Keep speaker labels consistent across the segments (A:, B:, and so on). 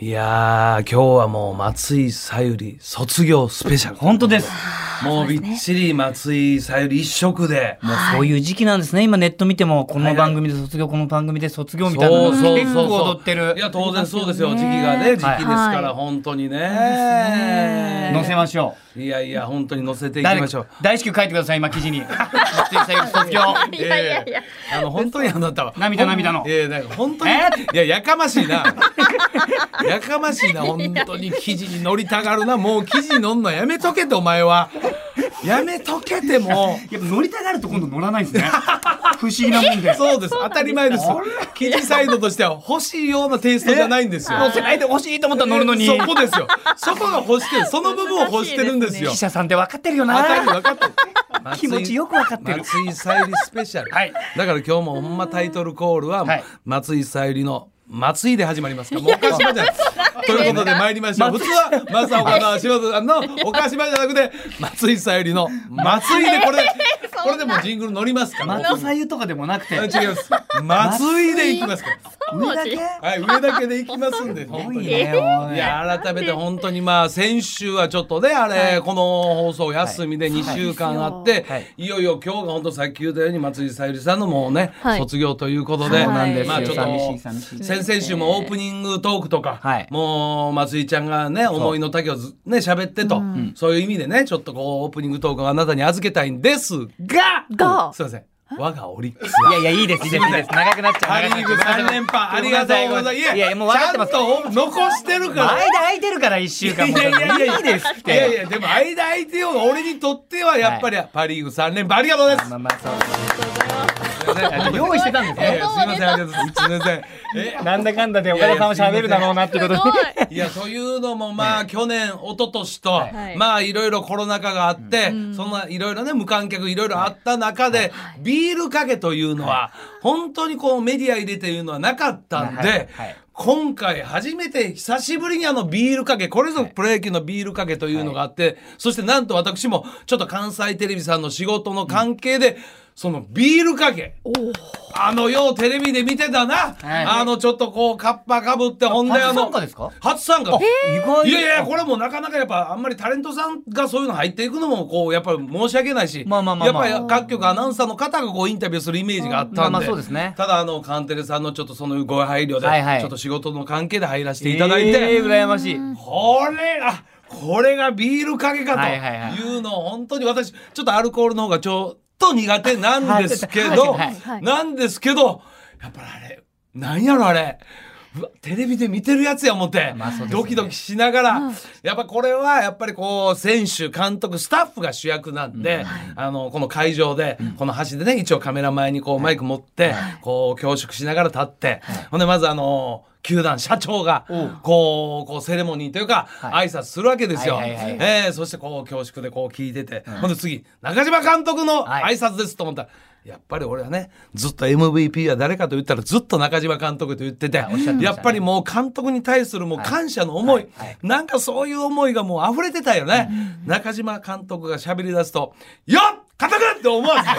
A: いやー、今日はもう松井さゆり卒業スペシャル。
B: 本当です。
A: もうびっちり松井さゆり一色で。
B: もうそういう時期なんですね。今ネット見ても、この番組で卒業、この番組で卒業みたいなのが結構踊ってる
A: い。や、当然そうですよ。時期がね、時期ですから、本当にね。
B: 載せましょ
A: いやいや、本当に乗せてい
B: う。
A: き
B: 誰
A: ましょう
B: か。大至急書いてください、今記事に。松井さゆり卒業。
C: いやいやいや。
A: あの、本当にあなたは。
B: 涙涙の
A: いや、なんか本当に。いや、やかましいな。 やかましいな、本当に記事に乗りたがるな。もう記事に乗んのやめとけって、お前は。やめとけてもう。
B: やっぱ乗りたがると今度乗らないですね。不思議なもんで。
A: そうです。当たり前です。記事サイドとしては欲しいようなテイストじゃないんですよ。
B: 乗せないで欲しいと思ったら乗るのに。
A: そこですよ。そこが欲してる。その部分を欲してるんですよ
B: 記。者さんって分かってるよ
A: 当たり
B: な。
A: 分かってる。
B: 気持ちよく分かってる。
A: 松井さゆりスペシャル。
B: はい
A: だから今日もほんまタイトルコールは、
B: はい
A: 松井さゆりの松井で始まりますから。もうおかしばじゃない。ということで参りましょう。普通は松岡の柴田さんのおかしばじゃなくて、松井さゆりの松井でこれ、これでもうジングル乗りますから。
B: 松さゆとかでもなくて。
A: 違います。松井でいきますから。
B: 上だけ。
A: はい、上だけでいきます んで、本当に。
B: ねおい
A: いや改めて本当にまあ先週はちょっとねあれ、この放送お休みで2週間あって、
B: はいい、
A: よいよ今日が本当さっき言ったように松井さゆりさんのもうね、
C: はい
A: 卒業ということで、
C: そうなんですよ
A: まあちょっと
B: 寂しい寂しい
A: 先々週もオープニングトークとか、
B: はい
A: もう松井ちゃんがね思いの丈をずね喋ってと、そういう意味でねちょっとこうオープニングトークをあなたに預けたいんですが、
C: が
A: すいません我がオリックス
B: いやいや、いいです、いいです、いいです。長くなっちゃう。
A: パ・リーグ3連覇ありがとうございます。
B: いやいや、もう分かってます
A: ち。ゃんと残してるから。
B: 間空いてるから一週間も。
A: いやいやいや
B: いいですっ
A: い
B: て。
A: やいや、でも間空いてようが俺にとってはやっぱりパ・リーグ3連覇ありがとうございます。
B: まあまあそう
A: すいません
B: そう。用意してたんです
A: いやい
B: ね。
A: やすいません、ありがとうございます。すいません。え
B: なんだかんだで岡田さんは喋るだろうなってことで。
A: いやというのもまあ去年一昨年と、
C: い
A: まあいろいろコロナ禍があって、そんないろいろね無観客いろいろあった中で、ビールかけというのは、本当にこうメディア入れていうのはなかったんで、
B: はいはい
A: 今回初めて久しぶりにあのビールかけこれぞプロ野球のビールかけというのがあって、そしてなんと私もちょっと関西テレビさんの仕事の関係で、そのビールかけあのようテレビで見てたな、
B: はい
A: あのちょっとこうカッパかぶってほんであ
B: 初
A: の
B: 参加ですか
A: 初参加
B: 意外
A: いやいやこれもなかなかやっぱあんまりタレントさんがそういうの入っていくのもこうやっぱり申し訳ないし、
B: まあまあまあまあ
A: やっぱり各局アナウンサーの方がこうインタビューするイメージがあったんで、
B: まあまあそうですね
A: ただあのカンテレさんのちょっとそのご配慮で、
B: はいはい
A: ちょっと仕事の関係で入らせていただいて、
B: えー羨ましい。
A: これがこれがビールかけかと
B: はいはいはい
A: いうのを本当に私ちょっとアルコールの方がちょっと苦手なんですけど、
B: はいはい
C: はい
A: なんですけどやっぱりあれなんやろあれうわテレビで見てるやつや思って、
B: まあそうですね
A: ドキドキしながら、やっぱこれはやっぱりこう選手監督スタッフが主役なんで、あのこの会場で、この端でね一応カメラ前にこうマイク持って、こう恐縮しながら立って、ほんでまずあの球団社長がこうこうセレモニーというか、
B: はい
A: 挨拶するわけですよ。
B: はいはいはいはい
A: えーそしてこう恐縮でこう聞いてて、ほんで次中島監督の
B: は
A: 挨
B: い
A: 拶ですと思ったら、やっぱり俺はねずっと MVP は誰かと言ったらずっと中島監督と言ってて
B: おっしゃってましたね
A: やっぱりもう監督に対するもう感謝の思い、なんかそういう思いがもう溢れてたよね、中島監督が喋り出すと「よっ監督!」って思 わずね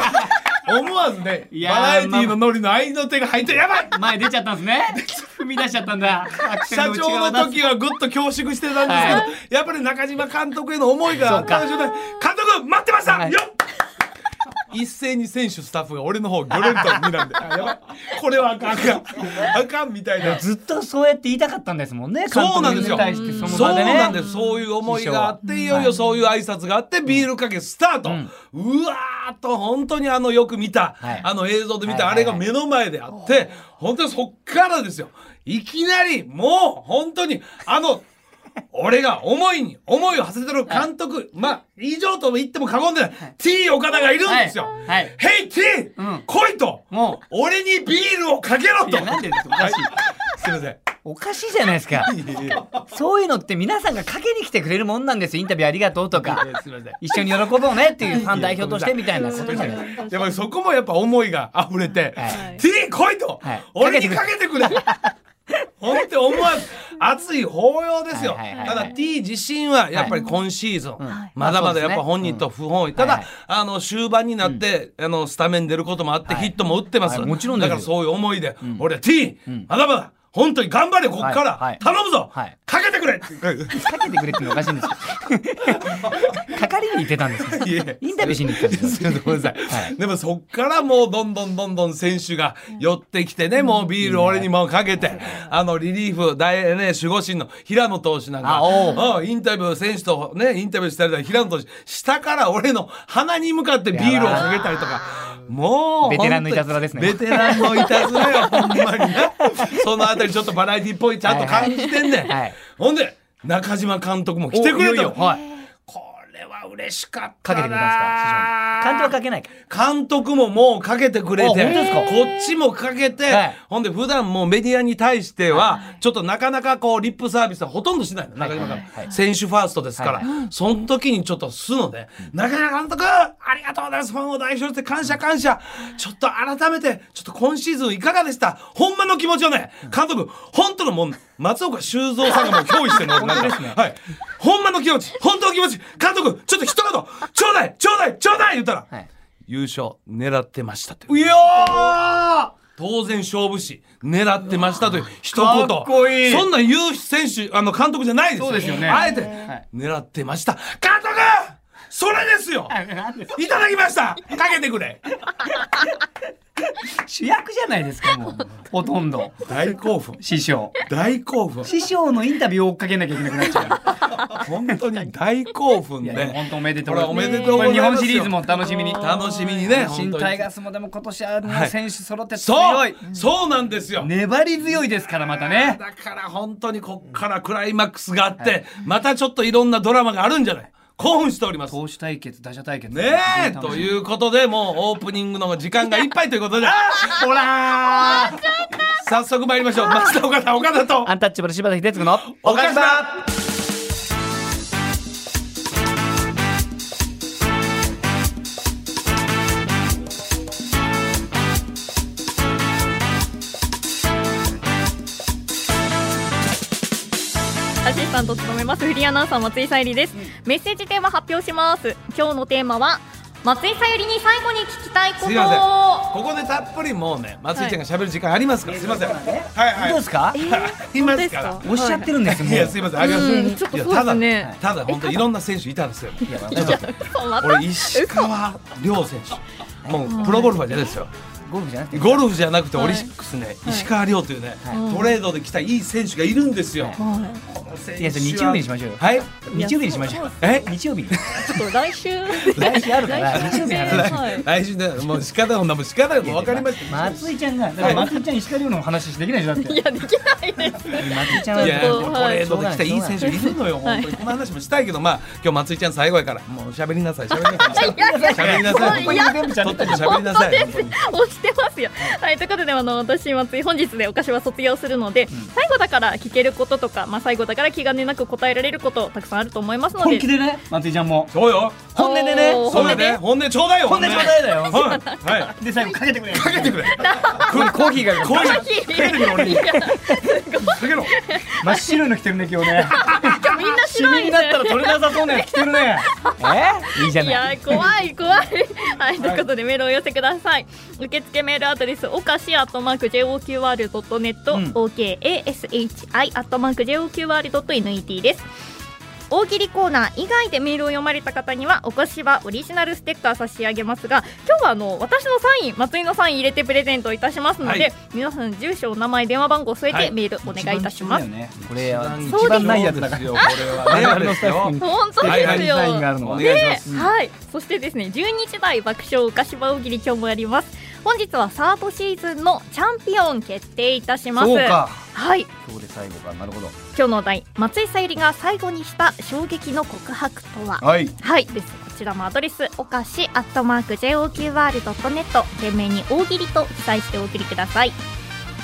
A: 思わずね
B: いやー
A: バラエティーのノリの合いの手が入って「やばい
B: 前出ちゃったんですね。踏み出しちゃったんだ。
A: 社長の時はぐっと恐縮してたんですけど、やっぱり中島監督への思いがあったんでしょうね監督待ってました、
B: はい
A: よっ一斉に選手スタッフが俺の方をギョロリと睨んであやばいこれはあかんあかんあかんみたいな
B: ずっとそうやって言いたかったんですもんね。
A: そうなんですよ
B: 監督に対してそ
A: そ
B: の
A: う
B: 場でね。
A: なんですそういう思いがあっていよいよそういう挨拶があってビールかけスタート、うわーっと本当にあのよく見た、
B: はい
A: あの映像で見た、
B: はいはい
A: あれ
B: はい
A: が目の前であって本当にそっからですよいきなりもう本当にあの俺が思いに思いを馳せてる監督、まあ以上とも言っても過言でない、T 岡田がいるんですよ
B: はい
A: 「
B: はい
A: ヘイ T、
B: うん
A: 来いと」
B: も
A: 俺にビールをかけろ
B: う。い
A: と
B: や、なんでですかおかしい。
A: すいません
B: おかしいじゃないですか。そういうのって皆さんがかけに来てくれるもんなんですよインタビューありがとうとか。
A: すいません
B: 一緒に喜ぼうねっていうファン代表としてみたいなことじゃない
A: やっぱりそこもやっぱ思いが溢れて
B: は
A: 「T 来い!」と
B: はい
A: 「俺にかけてくれ!」本当に思わず熱い抱擁ですよ
B: はいはいはい
A: ただ T 自身はやっぱり今シーズン
B: ん
A: まだまだやっぱ
B: そうですね
A: 本人と不本意た
B: は
A: だ
B: いはい
A: あの終盤になってあのスタメン出ることもあってヒットも打ってます
B: はいもちろんで
A: だか
B: す
A: らそういう思いで「俺は T まだまだ本当に頑張れこっか
B: はいは
A: ら
B: い
A: 頼むぞ
B: はい
A: かけてくれ
B: かけてくれってのおかしいんですけど 係に行ってたんですよ
A: いえ
B: インタビューしに行ったんですよ
A: ちょっとごめんなさい、
B: はい
A: でもそっからもうどんどんどんどん選手が寄ってきてね、もうビール俺にもかけて、あのリリーフ大、ね、守護神の平野投手なんか
B: あお
A: うんインタビュー選手とねインタビューしたりとか平野投手下から俺の鼻に向かってビールをかけたりとかもう
B: ベテランのいたずらですね
A: ベテランのいたずらよほんまに なそのあたりちょっとバラエティっぽいちゃんと感じてんねん、
B: はいはい
A: ほんで中島監督も来てくれた
B: おいよいよはい
A: これは嬉しかった
B: か
A: な
B: けてくれたんですか師匠に監督はかけないか
A: 監督ももうかけてくれて
B: あ本当ですか
A: こっちもかけて、
B: はい
A: ほんで普段もうメディアに対してはちょっとなかなかこうリップサービスはほとんどしないの、
B: い
A: 中島
B: はい
A: が
B: はいはい
A: 選手ファーストですから、
B: はい
A: その時にちょっと素のね、中島監督ありがとうございますファンを代表して感謝感謝ちょっと改めてちょっと今シーズンいかがでしたほんまの気持ちをね監督本当のもう松岡修造さんがもう憑依してるの 俺なんかはい、ほんまの気持ち本当の気持ち監督ちょっと一言ちょうだいちょうだいちょうだい言ったら、
B: はい
A: 優勝狙ってましたという
B: いやー
A: 当然勝負師狙ってましたという一
B: わ
A: 言
B: ーかっこいい
A: そんなん言う選手あの監督じゃないですよ
B: そうですよね
A: あえて、
B: はい
A: 狙ってました監督それですよいただきましたかけてくれ
B: 主役じゃないですかもうほとんど
A: 大興奮
B: 師匠
A: 大興奮
B: 師匠のインタビューを追っかけなきゃいけなくなっちゃ
A: 本当に大興奮
B: ういやでも
A: で
B: 本当おめでとう
A: これおめでとうございます
B: 日本シリーズも楽しみに
A: 楽しみにね本
B: 新
A: 当
B: タイ
A: に
B: ガースもでも今年あの選手揃って
A: そ
B: 強
A: う
B: い、
A: そうなんですよ
B: 粘り強いですからまたね
A: だから本当にこっからクライマックスがあって、またちょっといろんなドラマがあるんじゃない興奮しております。
B: 投手対決打者対決
A: ねえと
B: う
A: いうことでもうオープニングの時間がいっぱいということで
B: ほらー
A: 早速参りましょう松田岡田岡田と
B: アンタッチャブル柴田秀嗣の
A: 岡島
C: アシスタントを務めますフリーアナウンサー松井さゆりです、メッセージテーマ発表します今日のテーマは松井さゆりに最後に聞きたいこと
A: すいませんここでたっぷりもうね松井ちゃんが喋る時間ありますから、すいませんはい
B: どう
A: は
B: ですか
A: いいますから
B: おっしゃってるんですよ
A: い
B: も
A: や
B: う
A: すいませんありがとうございます
C: うんちょっと
A: いや
C: そうですね
A: ただただ本当いろんな選手いたんですよ
B: いや
A: ちょっと
C: そうまた
A: 俺石川亮選手もうプロゴルファーじゃないですよ
B: ゴルフじゃなくて
A: ゴルフじゃなくてオ
C: は
A: リ
C: い
A: ックスね、
C: い
A: 石川亮というね、
B: は
A: トレードで来たいい選手がいるんですよ。
B: はい
C: はい
A: この選
B: いやそれ日曜日にしましょうよ
A: はい。
B: 日曜日にしましょう
A: え
B: 日曜日に
C: ちょっと 来週
B: 来週あるから
C: 来週
B: 日曜日に話
C: は
A: 来
C: い
A: 来週ねもう仕方ないもう仕方ないもう分かりました。
B: 松井ちゃんがだから松井ちゃん石川遼の話できないでしょだって
C: いやできないです
B: 松井ちゃん
A: い
B: は
A: や
C: ちょ
A: ト
C: っと
A: レードで来たいい選手いるのよ、
C: はい
A: 本当にこの話もしたいけどまあ今日松井ちゃん最後やからもう喋りなさい喋りなさい喋りな さい
C: いや
A: 本当にちょっと喋りなさい本当に
C: 押してますよ。はい、ということで、あの、私、松井、本日でお菓子は卒業するので、最後だから聞けることとか、まあ、最後だから気兼ねなく答えられること、たくさんあると思いますので。
B: 本気でね松井ちゃんも
A: そうよ
B: 本音でね
C: おー
A: そうよね本音ちょうだいよ
B: こんな状態だよ
A: はいは
B: で最後かけてく れ
A: いかけてくれ
B: コーヒーが
A: コーヒー
C: コーヒー
A: かけてくれ俺にかけろ
B: 真っ白いの着てるね 今日ね
C: 今日みんな
B: シミ
C: 白い
B: に
C: んで
B: なったら取れなさそうなやつ着てるね えいいじゃ
C: い
B: ない
C: や怖い怖いはいということでメールをお寄せください、受付メールアドレスおかしアットマーク JOQR.net、
B: うん
C: OKASHI アットマーク JOQR.net です大喜利コーナー以外でメールを読まれた方にはお越しはオリジナルステッカー差し上げますが今日はあの私のサイン松井のサイン入れてプレゼントいたしますので、
A: はい
C: 皆さん住所お名前電話番号添え
A: は
C: て
A: い
C: メールお願いいたします、
B: 一番必要だよねこれは
C: そうです
B: 一番ないやつだから
A: よこれはねあれですよ
C: 本当
A: はいは
C: です
A: い
C: よ、
B: サインがあるの
A: お
B: は
A: 願いします
C: はい、そしてですね12時台爆笑お菓子場大喜利今日もやります本日はサードシーズンのチャンピオン決定いたします
B: そうか
C: はい
B: 今日で最後かなるほど
C: 今日のお題松井さゆりが最後にした衝撃の告白とは
B: はい
C: はいですこちらもアドレスおかしアットマーク JOQR.net 懸命に大喜利と記載してお送りください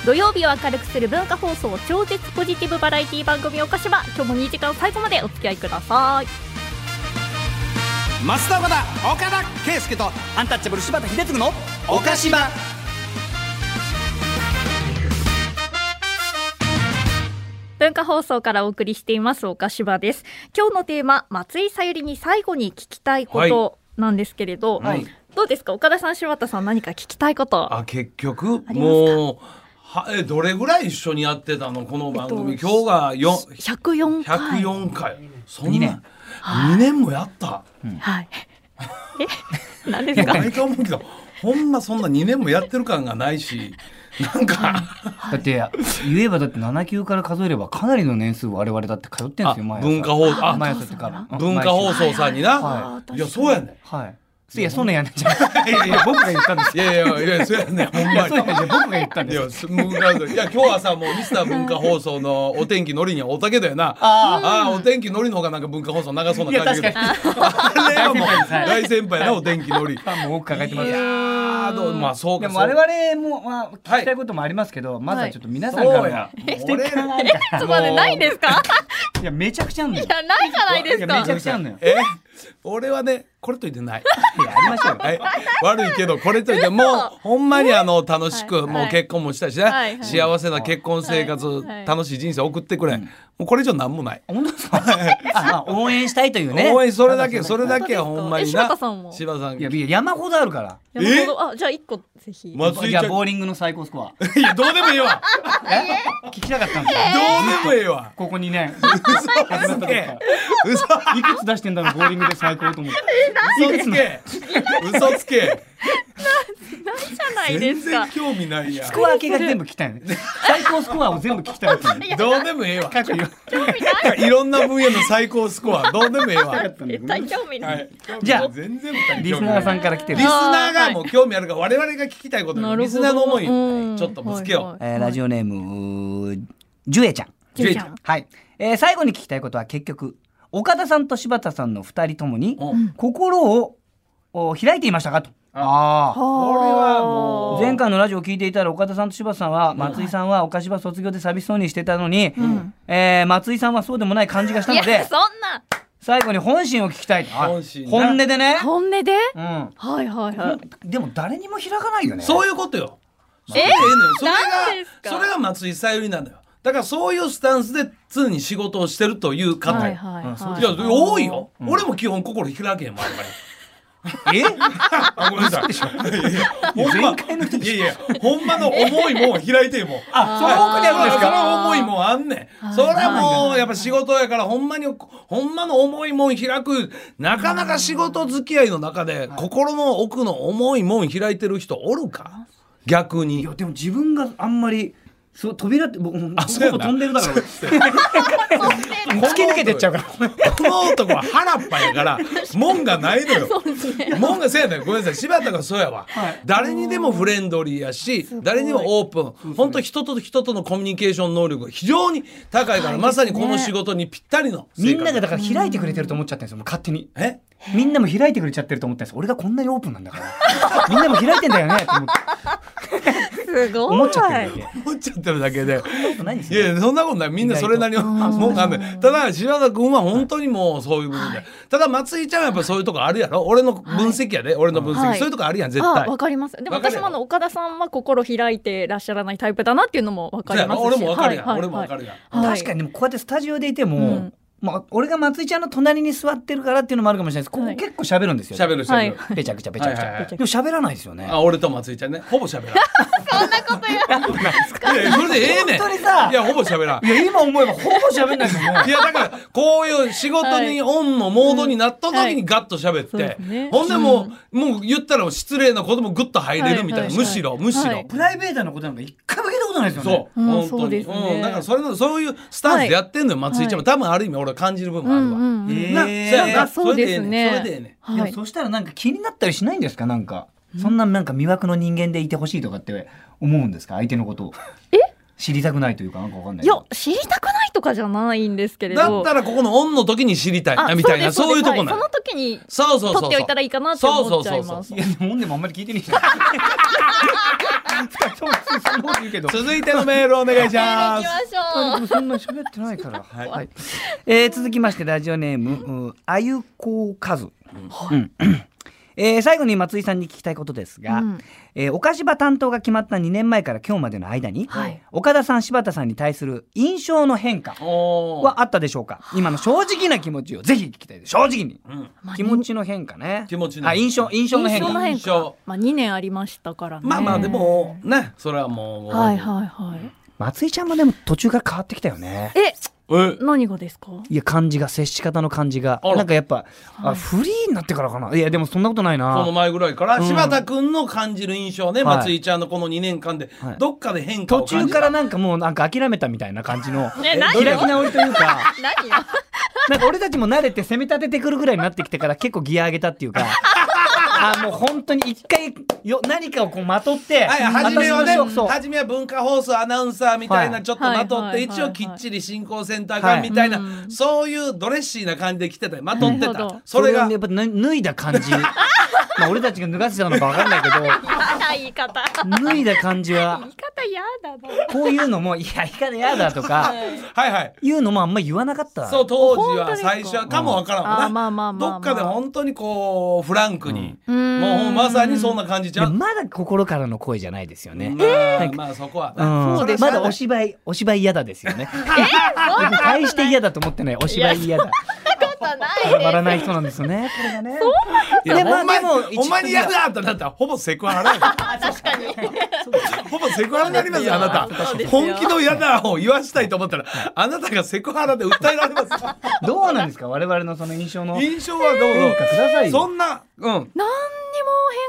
C: 土曜日を明るくする文化放送超絶ポジティブバラエティ番組おかしは今日も2時間最後までお付き合いください
D: 増田岡田岡田圭佑と
B: アンタッチャブル柴田秀嗣の岡島
C: 文化放送からお送りしています岡柴です今日のテーマ松井さゆりに最後に聞きたいことなんですけれど、
B: はい
C: どうですか岡田さん柴田さん何か聞きたいこと
A: あ結局
C: ありますか
A: もうはえどれぐらい一緒にやってたのこの番組、
C: えっと
A: 今日がよ
C: 104回
A: 104回そん
B: 二
A: な
B: 年
A: 2年もやった
C: はいえ何ですか
A: 毎回思うけどほんまそんな2年もやってる感がないしなんか
B: だって言えばだって7級から数えればかなりの年数我々だって通ってんで
A: あ
B: すよ毎朝
A: 文化放送あ
B: 毎朝ってかうん
A: 文化放送さんにな
C: はい
A: やそうやね
B: はいいやそんなんやんないじゃんいやいや僕が言ったんです
A: いやいやいやそうやねほんまに
B: そうなんですよ僕が言ったん
A: い
B: です
A: やす文化放送 いや今日はさもうミスター文化放送のお天気のりにはおたけだよな
B: あ
A: ああお天気のりの方がなんか文化放送長そう
B: い
A: な
B: や
A: 感じ
B: 確
A: だ
B: か
A: け
B: に
A: どあれはもう大先輩なお天気のり
B: ファンも多く抱えてます
A: いやーどうまあそうか
B: でも
A: そう
B: 我々もまあ聞きたいこともありますけどまずはちょっと皆さんから
A: そう
B: の
A: や
B: ステッカーがあるから
C: ちょっと待ってないですか
B: いやめちゃくちゃあんのよ
C: いやないじゃないです
B: いやめちゃ
C: か
B: くちゃあんのよ
A: え俺はねこれと言ってない
B: いやありましょうよ
A: はい、悪いけどこれといってもうほんまにあの楽し
C: はい
A: くもう結婚もしたしね、
C: はいはい
A: 幸せな結婚生活、
C: はいはい
A: 楽しい人生送ってくれ、もうこれ以上なんも ない、
B: 本当ですかあまあ応援したいというね
A: 応援それだけそれだけは
C: 本当ですか
A: ほんまにな
C: え柴田さんも
A: 柴田さん
B: いやいや山ほどあるから
C: 山
A: え
C: 本あじゃあ一個ぜひ
A: まずい
B: じ
A: ちゃ
B: ゃあ
A: ん
B: ボーリングの最高スコア
A: いやどうでもいいわ
B: え聞きたかったんですよ
A: どうでもいい わ
B: ここ2年
A: 嘘
B: い
A: つけ嘘
B: いくつ出してんだろうボーリングで最高と思って
A: 嘘つけ嘘つけ
C: じゃないで
A: 全
C: すか
A: 然興味ないや
B: スコア系が全部聞きたいのね最高スコアを全部聞きたいったね
A: どうでもいいわ
B: 各よ
A: いろんな分野の最高スコアどうでもいいわ、は
C: 絶対興味ない
A: い、
B: じゃあ
A: 全然二人興味ない
B: リスナーさんから来て
A: リ
B: る
A: スナーがもう興味あるから我々が聞きたいこと
C: な
A: に
C: るほど
A: リスナーの思い
C: うん
A: にちょっとぶつけよう、
C: はいはい
B: えーラジオネームうージュエちゃん
C: ジュエちゃん
B: はい、えー最後に聞きたいことは結局岡田さんと柴田さんの2人ともに
A: うん
B: 心をお開いていましたかとああ
A: これはもう
B: 前回のラジオを聞いていたら岡田さんと柴田さんは松井さんは岡柴卒業で寂しそうにしてたのに、えー松井さんはそうでもない感じがした
C: い
B: の
C: や
B: で
C: そんな
B: 最後に本心を聞きたいと
A: 本心な
B: 本音でね、
C: 本音で
B: うん、
C: はいはいはい
B: でも誰にも開かないよね
A: そういうことよそれでええのよそれが
C: 何ですか
A: それが松井さゆりなんだよだからそういうスタンスで常に仕事をしてるという方、
C: はいいはい
B: うんそう
C: はい
A: や多いよ、俺も基本心開けへんもんあんま り
B: え
A: あごめんなさいいやいやほんま
B: 前回の
A: いやいやほんまの思いも開いてもん
B: あその奥にあるんです
A: その
B: か
A: 思いもあんねん。それはもうやっぱ仕事やからほんまにほんまの思いもん開くなかなか仕事付き合いの中で心の奥の思いもん開いてる人おるか逆
B: い
A: に
B: や。でも自分があんまりそう扉って僕もう
A: そうやな
B: 外飛んでるだから俺 突き抜けてっちゃうから
A: この男は腹っぱやから門がないのよ。門がせやねんごめんなさい柴田がそうやわ、
B: はい
A: 誰にでもフレンドリーやし誰にもオープン本当人と人とのコミュニケーション能力が非常に高いから、まさにこの仕事にぴったりの
B: みんな
A: 性
B: がだから開いてくれてると思っちゃってるんですよもう勝手に
A: 格え
B: みんなも開いてくれちゃってると思ってるんです俺がこんなにオープンなんだから みんなも開いてんだよねって思って
C: すごい
B: 思っちゃってるんだよ
A: 思っちゃってるだけで。
B: 何す
A: いやいやそんなことないみんなそれなりのもんがあんねんただ柴田君は本当にもうそういう部分で、ただ松井ちゃんはやっぱそういうとこあるやろ俺の分析やで、俺の分析、
C: はい
A: そういうとこあるやん絶
C: あ
A: 対
C: わかりますでも
A: わかる
C: 私
A: やろ
C: もあの岡田さんは心開いてらっしゃらないタイプだなっていうのもわか
A: そうや
C: ります
A: ろ俺
C: し
A: もわかるやん、
C: はいはい
A: 俺もわかるやん、
C: はい
B: 確かにでもこうやってスタジオでいても、
C: うん
B: まあ、俺が松井ちゃんの隣に座ってるからっていうのもあるかもしれないですここ
C: はい
B: 結構喋るんですよ、
A: 喋る喋る、
C: は
B: べちゃくちゃべちゃくちゃ、
A: はいはいはい
B: でも喋らないですよね
A: あ俺と松井ちゃんねほぼ喋らん そんなこと言わないいやそれでええねん
B: 本当にさ
A: いやほぼ喋らん
B: いや今思えばほぼ喋んないですよね
A: いやだからこういう仕事にオンのモードになった時にガッと喋って、
C: うんはいそうですね
A: ほんでもう、もう言ったら失礼なこともグッと入れるみたいな、
C: はいはいはい
A: むしろむしろ、
C: はい
B: プライベートのことなんか一回も聞いたことないですよね
A: そう、
C: うん
A: 本当に
C: そうですね
A: んだからそれのそういうスタンスでやってんのよ、松井ちゃんも多分ある意味俺は感じる部分もあるわ、
C: うんうんうん
B: え
A: な、
B: へー
A: そやな
C: あそうですね
A: それでええねんそれでええねん
B: で
C: は
B: も
C: い
B: そしたらなんか気になったりしないんですかなんか、そんななんか魅惑の人間でいてほしいとかって思うんですか相手のことを知りたくないというかなんかわかんない
C: い
B: け
C: や
B: ど
C: 知りたくないとかじゃないんですけれど
A: だったらここのオンの時に知りたいな
C: あ
A: みたいな
C: そ
A: そうう
C: で
A: いうとこ
C: すで
A: な
C: す
A: の
C: はいその時に
A: そうそうそう
C: 取っておいたらいいかなって思っちゃ
A: そうそ
C: い
A: うそう
C: ます
A: そう
B: いやでも本でもあんまり聞いてないじゃん二人ともそんな こと言うけど
A: 続いてのメールお願いしま
C: 行
A: す
C: きましょう
B: そんな喋ってないから。
A: い
B: はい。えー続きましてラジオネームうあゆこうかず。うん えー最後に松井さんに聞きたいことですが、
C: うん
B: えーお菓子場担当が決まった2年前から今日までの間に、
C: はい
B: 岡田さん柴田さんに対する印象の変化
A: おー
B: はあったでしょうか今の正直な気持ちをぜひ聞きたいです正直に
A: うん
C: まあ
B: 気持ちの変化ね
A: 気持ちの変化
B: あ印象印象の変
C: 印象の
B: 化
C: 変
A: 印象
C: 化まあ2年ありましたからね
A: まあまあでもねそれはもう
C: はいはいはい
B: 松井ちゃんもでも途中から変わってきたよね
C: え
A: え
C: 何がですか
B: いや感じが接し方の感じが
A: あら
B: なんかやっぱ、
C: は
B: あ
C: い
B: フリーになってからかないやでもそんなことない
A: この
B: な
A: 前ぐらいから
B: うん
A: 柴田君の感じる印象ね、
B: はい
A: 松井ちゃんのこの2年間で
B: はい
A: どっかで変化
B: 途
A: を感
B: 中
A: じた
B: からなんかもうなんか諦めたみたいな感 じの
C: ね
B: 開
C: 何
B: き
C: よ
B: 直りというか
C: 何よ
B: なんか俺たちも慣れて攻め立ててくるぐらいになってきてから結構ギア上げたっていうかあーもう本当に一回よ何かをこうまとって、
A: はい、初めはね
B: 私のそう
A: 初めは文化放送アナウンサーみたい
B: は
A: ないちょっとまとっ
C: は
A: て
C: いはい
A: 一
C: はいは
A: 応
C: い
A: きっちり進行センターがみたいな
C: はいうん
A: そういうドレッシーな感じで来てたよまとって
C: なるほ
A: た
C: ど
A: それが
B: をやっぱ脱脱いだ感 じまあ俺たちが脱がせたのか分かんないけ
C: あら言い方
B: ど脱いだ感じは
C: 言い方嫌だな
B: こういうのも「いやいかねやだ」とか
A: はいはい
B: いうのもあんま言わなかった
A: そう当時は
C: 本当ですか
A: 最初はかもわからんわな、
C: うんあまあまあまあまあ
A: どっかで本当にこうフランクに、
C: うん
A: もうまさにそんな感じ
B: い
A: じゃ
B: や
A: ん、
B: まだ心からの声じゃないですよね。
A: まあ、まあそこは
B: う
A: な、
B: ん
A: それはしゃ
B: ま
A: あない
B: だお芝居お芝居嫌だですよね。
C: そんな
B: 大して嫌だと思ってないお芝居嫌だ。
C: ことな
B: 変わ
C: い
B: らない人なんですよね。これがね。
A: いや
B: でま
A: ほ
B: あ
A: んまに
B: でも一
A: ほんまに嫌だってなったらほぼセクハラやから
C: 確かに
A: ほぼセクハラになりますよあなた
C: そうですよ
A: 本気の嫌だを言わしたいと思ったらあなたがセクハラで訴えられますよ
B: どうなんですか我々のその印象の変
A: 印象はどうぞ
B: 化ください
A: そ
B: よ。
A: んなうん
C: 何にも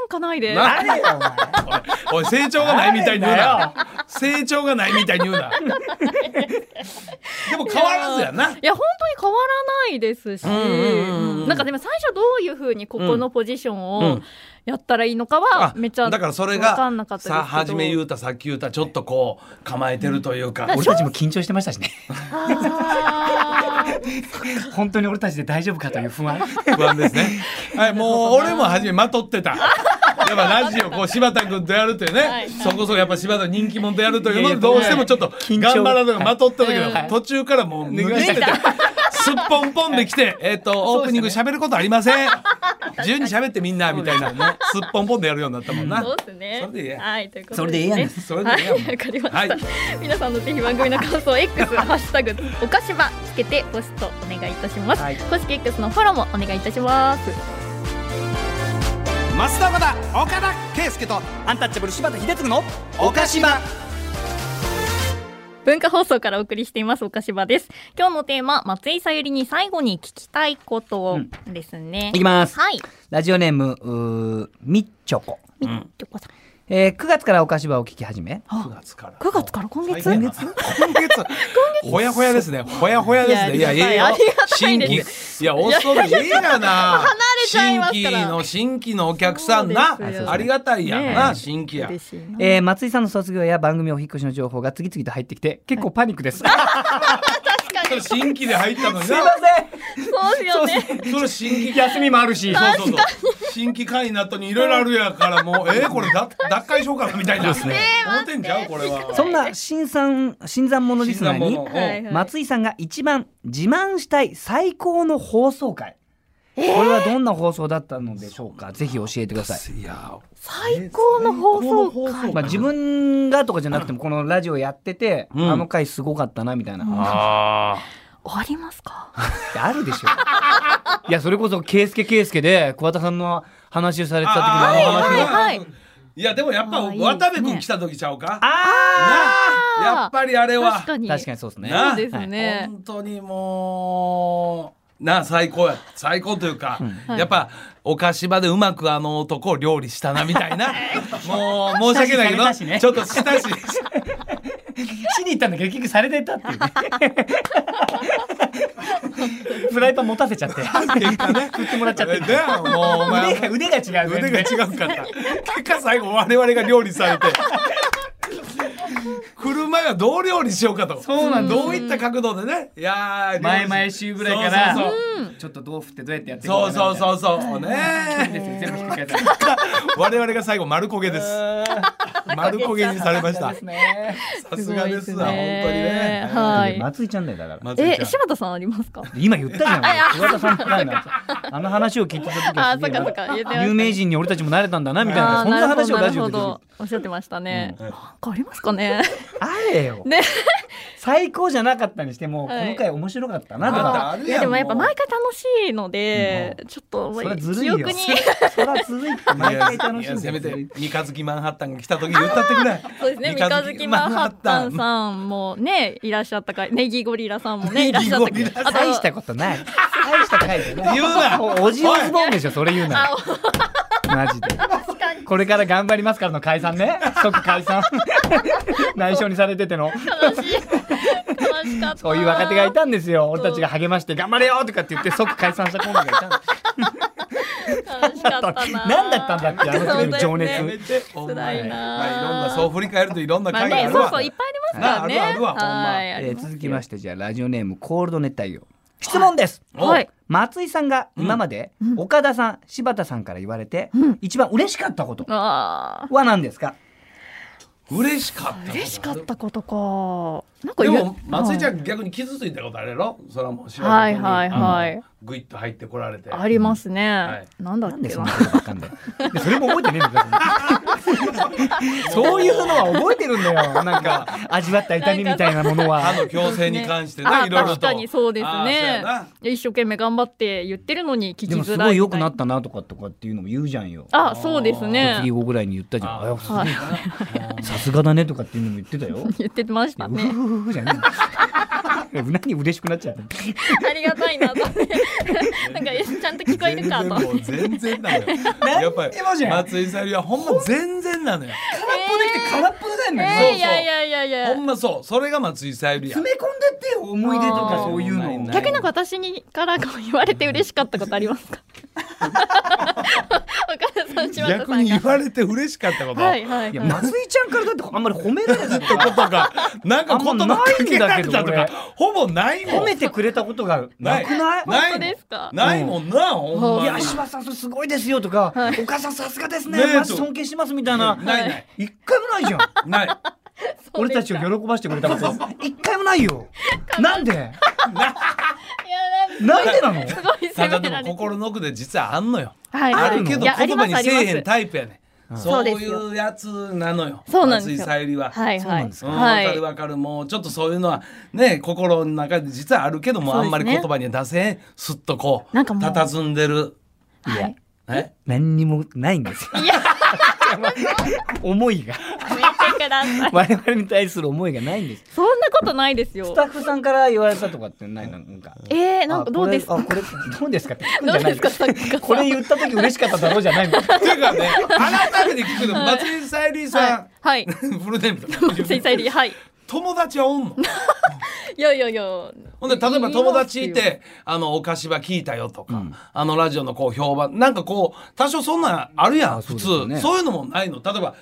C: 変化ないです
A: な
B: あれよお前
A: おい成長がないみたいに言う
B: なん
A: な成長がないみたいに言うなでも変わらずやない
C: や本当に変わらないですし、
A: うんうんうんうん
C: うんなんかでも最初どういうふうにここのポジショ
A: うん
C: ン
A: う
C: を
A: ん
C: やったらいいのかは
A: あ
C: めっちゃ
A: だからそれ
C: 分かんな
A: が
C: かったですけど
A: さ初め言うたさっき言うたちょっとこう構えてるという か
B: 俺たちも緊張してましたしね。
C: あー
B: 本当に俺たちで大丈夫かという不安。
A: 不安ですね。 はい、もう俺も初めまとってた。やっぱラジオこう柴田君とやるというね、
C: はい
A: そこそこやっぱ柴田人気者とやるという
B: いやい
A: ので
B: や
A: どうしてもちょっと
B: 緊張
A: 頑張らないまとってたけど、
C: はい
A: 途中からもう脱がして
B: 脱い
A: て
B: だ
A: すっぽんぽんで来 て、えっ、とオープニング喋ることありません。自由に喋ってみんなみたいなね、すっぽんぽんでやるようになったもんな。
C: そうですね
A: それでいいや
C: はいということ
B: それでいいやん
C: ね
A: それでいいやん
C: はいわかりました、
A: はい
C: 皆さんのぜひ番組の感想 を X ハッシュタグおかしばつけてポストお願いいたします、
B: はい
C: 公式 X のフォローもお願いいたします
D: 増田岡田岡田圭佑と
B: アンタッチャブル柴田秀嗣の
D: 岡島
C: 文化放送からお送りしています岡柴です今日のテーマ松井さゆりに最後に聞きたいことですね、
B: いきます。
C: はい
B: ラジオネームうーみっちょこ。
C: みっちょこさん
B: えー9月からお菓子場を聞き始め。
A: 9月から。
C: 9月から今月
A: 今月。今月。ほやほやですね。ほやほやですね。
C: い
A: い
C: や
A: や
C: あ
A: い
C: りがたい
A: やいや
C: ありがたいで
A: 新規いや遅いいいやな。
C: 離れちゃいますから
A: 新規の新規のお客さんな
C: そうですよ
A: ありがたいやん
C: ね
A: な
C: え
A: 新規や。
C: 嬉しいな
B: えー松井さんの卒業や番組お引っ越しの情報が次々と入ってきて結構パニックです。
C: 確かにそ
A: 新規で入ったのにな。
C: うですよね
A: それ新規
B: 休みもあるし
A: そうそうそう新規会員なったのにいろいろあるやからもうえーこれだ脱会しようかなみたいな。
B: ね
A: 思ってんじゃんこれは。
B: そんな新参新参者リスナー
A: 新
B: に
A: 参者
C: はいはい
B: 松井さんが一番自慢したい最高の放送回、これはどんな放送だったのでしょうかぜひ教えてください、
A: いや
C: 最高の放送回
B: まあ、自分がとかじゃなくてもこのラジオやってて、
A: うん
B: あの回すごかったなみたいな、あ
A: あ
C: ありますか
B: あるでしょいやそれこそ圭介圭介で桑田さんの話をされてた時のあの話の、
C: はいはいはい
A: いやでもやっぱ
C: あーいいですね
A: 渡部君来た時ちゃうか。
B: あ
A: なやっぱりあれは
C: 確かに
B: ー確かにそうですね
A: な
C: そうですね
A: 本当にもうなあ最高や最高というか、やっぱお菓子場でうまくあの男を料理したなみたい なもう申し訳ないけど
B: 下地されたしね
A: ちょっとしたし
B: しに行ったんだけど結局されてたっていうねフライパン持たせちゃって
A: 結果ね
B: 振ってもらっちゃっ
A: で
B: て
A: もうお前
B: 腕が腕が違う
A: 腕が違うかった結果最後我々が料理されて車る前はどう料理しようかと
B: そうなんです
A: どういった角度でねいやー
B: 前々週ぐらいから
A: そう
B: ちょっと豆腐ってどうやってやっていくの
A: そう
B: かな
A: そうそうそうそう
B: みたいな
A: ね
B: 全部ひっくり返され
A: 我々が最後丸焦げ です丸焦げにされました
B: たね
A: さすがですわ
C: ご
A: 本当に
C: いね
A: ね
C: はい。
B: 松井ちゃんだよだから
A: 松井ちゃ
C: え、
A: ん
C: 柴田さんありますか。
B: 今言ったじゃん桑田さんみたいなあの話を聞いてた時は
C: あ
B: す、げ
C: そ
B: え
C: っかそっか。言ってました
B: な有名人に俺たちもなれたんだなみたいな
C: あ
B: そ
C: ー
B: んな話を
C: な
B: ラ
C: る
B: ジオ
C: ほ
B: で
C: どおっしゃってましたね。
B: う
C: なんかありますかね。
B: あれよ
C: ね
B: 最高じゃなかったにしてもこ
C: はい
B: の回面白かったなと
A: ま
B: か
A: だある
C: いや
A: ん
C: でもやっぱ毎回楽しいので、ちょっと
B: それはずるい
C: 記
B: よ
C: 憶に。
B: そら続いて毎回楽
A: い
B: し
A: や
B: ん
A: せめ
B: で
A: て三日月マンハッタンが来た時に歌ってくれ
C: そうですね。三日月マンハッタンさんもねいらっしゃったかネギゴリラさんもねいらっしゃったか
A: ネギゴリラ
C: あと
B: 大したことない大した回じゃない
A: 言うな
B: おおじおズボンでしょそれ言うな
C: あ
B: マジでこれから頑張りますからの解散ね即解散 内緒にされてての
C: 悲しい悲しかった。
B: そういう若手がいたんですよ俺たちが励まして頑張れよとかって言って即解散したコンビがいたんです
C: 悲しかったな。
B: 何だったんだっけあの時の情熱
C: そう
A: や
C: で
A: めてお前
C: 辛いな
A: まあいろんなそう振り返るといろんな
C: まあ
A: 回があ
C: ね
A: る
C: そう
A: わ
C: そういっぱいありますからね。
A: なあるわあるわほんま
C: はいあ
B: え
C: り
B: ー
C: ます
B: 続きましてじゃあラジオネームコールド熱帯魚質問です、
C: はい
B: 松井さんが今まで岡田さん、柴田さんから言われて、一番嬉しかったこと
C: ああ
B: は何ですか、
A: 嬉しかった
C: 嬉しかったことか。なんか
A: で
C: 言う
A: も松井ちゃ
C: はい
A: ん逆に傷ついたことあれやろそれはもう柴田
C: はい
A: 君に
C: はいはい
A: グイッと入ってこられて
C: ありますね。
A: はい
C: なんだっ
B: なんで
C: け
B: そん
C: な
B: な。ことばっかんだよでそれも覚えてねえのかよそういうのは覚えてるんだよなんか味わった痛みみたいなもの
A: 歯
B: は
A: の矯正に関してね
C: あ
A: いろいろと
C: 確かにそうです
A: あーそうや
C: ね
A: な
C: 一生懸命頑張って言ってるのに聞きづ
B: で
C: らい
B: も
C: み
B: す
C: たい
B: ごい良くなったなとかとかっていうのも言うじゃんよ
C: あそうです
B: 卒
C: ね
B: 業後ぐらいに言ったじゃんあ
A: あ
C: はい
B: さすがだねとかっていうのも言ってたよ
C: 言ってまし
B: いやう
C: た
B: ふ
C: ね
B: ふふじゃ ねえの何嬉しくなっちゃった
C: ありがたいなと思ってなんかえちゃんと聞こえるかと思って
A: 全然も う全然なのよやっぱり
B: 何にもじゃん
A: 松井さゆりはほんま全然なのよ
B: 空っぽで
C: え
B: な
A: そう
C: ーいやいやいやい
A: ほ
C: や
A: んまそうそれが松井さゆりや
B: め込んでってよ思い出とかそういう
A: あー
B: の
C: 逆になんか私にからこう言われて嬉しかったことありま すか岡田さん柴田さ
A: 逆
C: ん
A: に言
C: が
A: われて嬉しかったこと
C: はいはい
B: いや
C: はい
B: 松井ちゃんからだってあんまり褒めら れない
A: ことがなんか言葉かけられたと
B: あんまない
A: か
B: んだけど
A: ほぼないも
B: 褒
A: ん
B: めてくれたことがなくない
A: ない
C: 本当ですか
A: ないもんな、ほんま
B: い
A: に
B: や柴田さんそれすごいですよとか、お母さんさすがですね
A: ねえ
B: マジ尊敬しますみたいな
A: ないない
B: 一回もない じゃん
A: ない
B: 俺たちを喜ばしてくれた こと一回もないよなんで
C: いや
B: なんでなの
C: すごい
A: ただ
C: 責め
A: で
C: ら
A: も
C: れて
A: 心の奥で実はあんのよ
C: はい
A: あるけど言
C: いやあり
A: 葉
C: ます
A: に
C: あ
A: せ
C: りま
A: え
C: す
A: へんタイプやねんそういうやつなのよ
C: そうなんですよ
A: 松井さゆりは
C: はい
B: そうな
C: は
B: ん
C: い
B: です
A: うん、
C: は
A: わか
C: い
A: るわかるもうちょっとそういうのはね心の中で実はあるけども、
C: そう
A: あ
C: で
A: ん
C: すね
A: まり言葉には出せへんすっとこう
C: なんかもう
A: 佇んでる
C: はい
A: え
B: 何にもないんですよ
C: いや
B: 思いが
C: 見てください
B: 我々に対する思いがないんです
C: そんなことないですよ
B: スタッフさんから言われたとかってないのなんか
C: えー、なんかどうです
B: あ
C: か
B: これあ これどうですかって聞くんじゃ
C: どう
B: ない
C: で
B: ですす
C: か
B: か
C: さっきか
B: これ言った時嬉しかっただろうじゃ ないの
A: っていうかね改めて聞くの松井さゆりさん、
C: はいはい
A: フルネーム とか
C: 松井さゆりはい
A: 友達はおんの
C: いやいやいや
A: ほんで例えば
C: い
A: 友達い
C: ますよ
A: て「あのお菓子は聞いたよ」とか、あのラジオのこう評判なんかこう多少そんなんあるやん
B: あ
A: 普
B: そうです
A: 通
B: よ
A: そう,、
B: ね
A: いうのもないの例えば。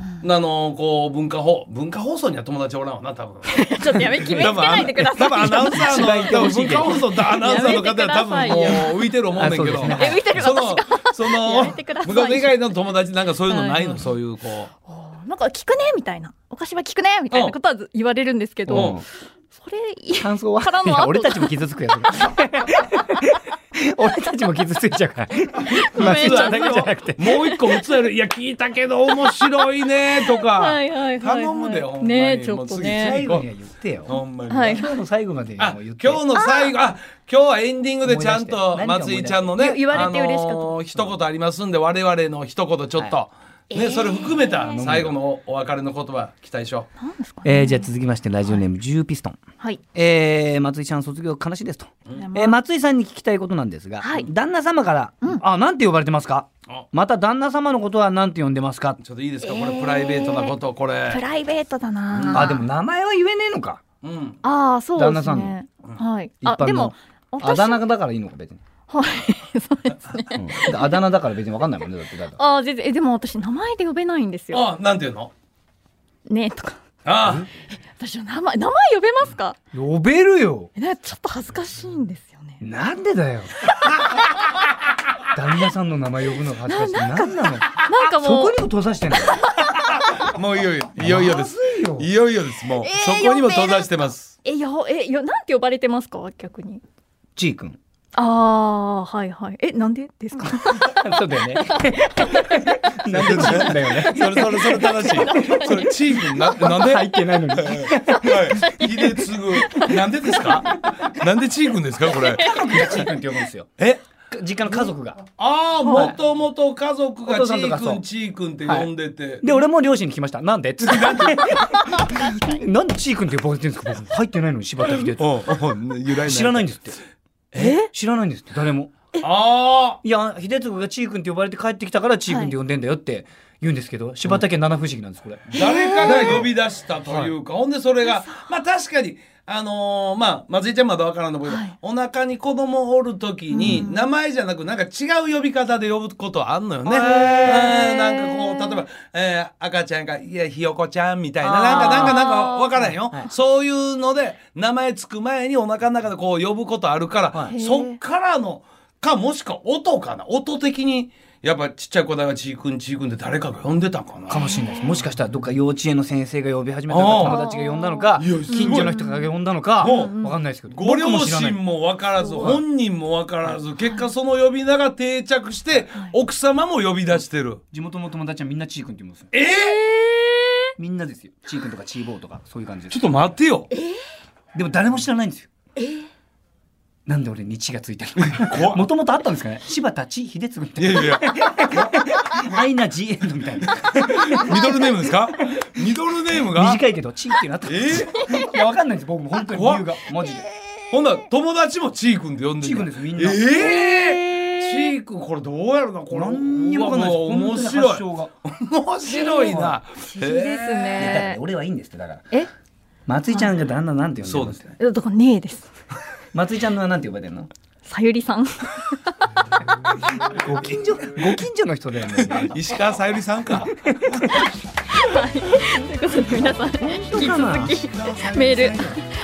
A: あのこう文化放文化放送には友達おらんわな多 分
C: ちょっとやめ決めつけないでくださ
A: 多
C: い
A: 分アナウンサー
B: 芝居行って
A: の多
B: ほ
A: 分
B: しい
A: 文
B: け
A: 化
B: ど
A: 放送のアナウンサーの
C: やめて
A: 方
C: く
A: は
C: だ
A: 多
C: さ
A: 分
C: い
A: もう浮いてる思うねんけど
B: あそうですね
C: え浮いて る
A: そのそ
C: や
A: の
C: めてくださ
A: 向
C: い
A: こう以外の友達なんかそういうのないの、そういうこう
C: なんか聞くねみたいなお菓子は聞くねみたいなことはず言われるんですけ
A: う
C: ど
A: ん
C: それい
B: 感想は
C: からの後
B: いや俺たちも傷つくや つ俺たちも傷ついちゃうからまあ
C: め
B: ス
C: ん
B: イち
C: なさ
B: ゃ
C: い
B: んだけじゃなくて
A: もう一個普通やる「いや聞いたけど面白いね」とか、
C: はいはいはいはい
A: 頼むでほんまに
C: ねえちょっとね
B: 最後には言ってよ
A: ほんまに、
C: はい
B: 今日の最後までには
A: あ
B: もう
A: 今
B: 言って
A: 日の最後あ今日はエンディングでちゃんと
B: 思い出して何が思
A: 松
B: い出
A: 井ちゃんのね
C: 言言われて嬉しかった
A: あのー一言ありますんで我々の一言ちょっと、ね、それ含めた最後のお別れの言葉期待しよう、
B: えーじゃあ続きましてラジオネーム10ピストン
C: はい
B: えー松井ちゃん卒業悲しいですと、えー松井さんに聞きたいことなんですが、
C: はい
B: 旦那様から、あなんて呼ばれてますか
A: あ
B: また旦那様のことはなんて呼んでますか
A: ちょっといいですかこれプライベートなことこれ
C: プ、ライベートだな
B: あでも名前は言えねえのか
A: うん、
C: ああそう
B: 旦
C: で
B: 那さ
C: す
B: ん
C: ねはい
B: 一般
C: あ
B: の
C: でも
B: あ
C: 私
B: だ
C: はい
B: 名だからいいのか別に、
C: そうですね
B: うんであだ名だから別に分かんないもんねだってだって
C: ああ全然えでも私名前で呼べないんですよ
A: あなんていうの
C: ねえとか
A: あ
C: 私は名前名前呼べますか
E: 呼べるよ
C: えなんかちょっと恥ずかしいんですよね
E: なんでだよ旦那さんの名前呼ぶのが恥ずかしいなんなの
C: なんか
B: そ
C: も
B: こに
C: う
B: も閉ざしてんだよ。
A: あもういよいよいよいよです
E: まずいよ
A: いよいよですもう、
C: えー
A: そこにも閉ざしてます
C: えよえよなんて呼ばれてますか逆に
B: ちーくん。
C: あーはいはいえなんでですか
B: そうだよね。なんでちーくんだよね。
A: それそれそれ正しいそれチームにななんで
B: 入ってないのに。
A: はい秀次なんでですかなんでチー君ですかこれ
B: ちーくんって呼ぶんですよ。
A: え
B: 実家の家族が。
A: ああ
B: はい
A: もともと家族
B: お
A: が
B: 父
A: チ
B: さんと
A: ー
B: かそ
A: 君
B: う
A: チー君って呼んでて、
B: で、俺も両親に来ました。なんでつって。なんでちーくんって呼ばれてるんですか僕入ってないのに柴田秀
A: おうおう由来
B: 嗣。知らないん
A: で
B: ですって。え知らないんですって、誰も。
A: すあ
B: いや、秀嗣がちーくんって呼ばれて帰ってきたからちーくんって呼んでんだよって言うんですけど、柴田家七不思議なんです、これ。
A: あ誰かが呼び出したというか、ほんでそれがまあ確かにあのーまあ松井ちゃんまだわからんのけど、
C: はい
A: お腹に子供おる時に、名前じゃなくなんか違う呼び方で呼ぶことあんのよね。うんなんかこう例えば、えー赤ちゃんが「いやひよこちゃん」みたいななんかなんかなんかわからんよ、そういうので名前つく前にお腹の中でこう呼ぶことあるから、
C: い
A: そっからのかもしくは音かな音的にやっぱちっちゃい子だがちーくんちーくんって誰かが呼んでたんかな。
B: かもしれないです。もしかしたらどっか幼稚園の先生が呼び始めたのか
A: あー
B: 友達が呼んだのか
A: いやすごい
B: 近所の人が呼んだのかわ
A: うん
B: かんないですけど
A: ご
B: 僕
A: 両
B: も知らない
A: 親も分からず本人も分からず結果その呼び名が定着して奥様も呼び出してる
B: 地元の友達はみんなちーくんって言うんですよ
A: えー
B: みんなですよちーくんとかちーぼーとかそういう感じで
A: ちょ
B: す
A: っと待てよ
B: でも誰も知らないんですよなんで俺に「ち」がついてる
A: 怖っ
B: もともとあったんですかね柴田ち秀嗣みた
A: い
B: い
A: やいや
B: なアイナ・ジ・エンドみたいな
A: ミドルネームですかミドルネームが
B: 短いけどちーっていうのあったんですよいやわかんないです僕も本当に理由がマジで
A: ほんなら友達もチー君で呼んで
B: ちーくんですみんな
A: えー、チー君これどうやろなこれ
B: 何にもわかんないです
A: うわもう面
B: 本当に
A: 白
B: 発
A: い
B: 祥が
A: 面白いな
C: 不思議です
B: いやだって
C: ね
B: 俺はいいんですってだから
C: え
B: 松井ちゃんが旦那なんて呼んで
A: そ
B: るの
A: うで
B: っ
A: す
B: て
A: ね
C: えだからねえです
B: 松井ちゃんのはなんて呼ばれてるの
C: さゆりさん
B: ご近所、ご近所の人だよね。
A: 石川さゆりさんか
C: ということで皆さん引き続きメール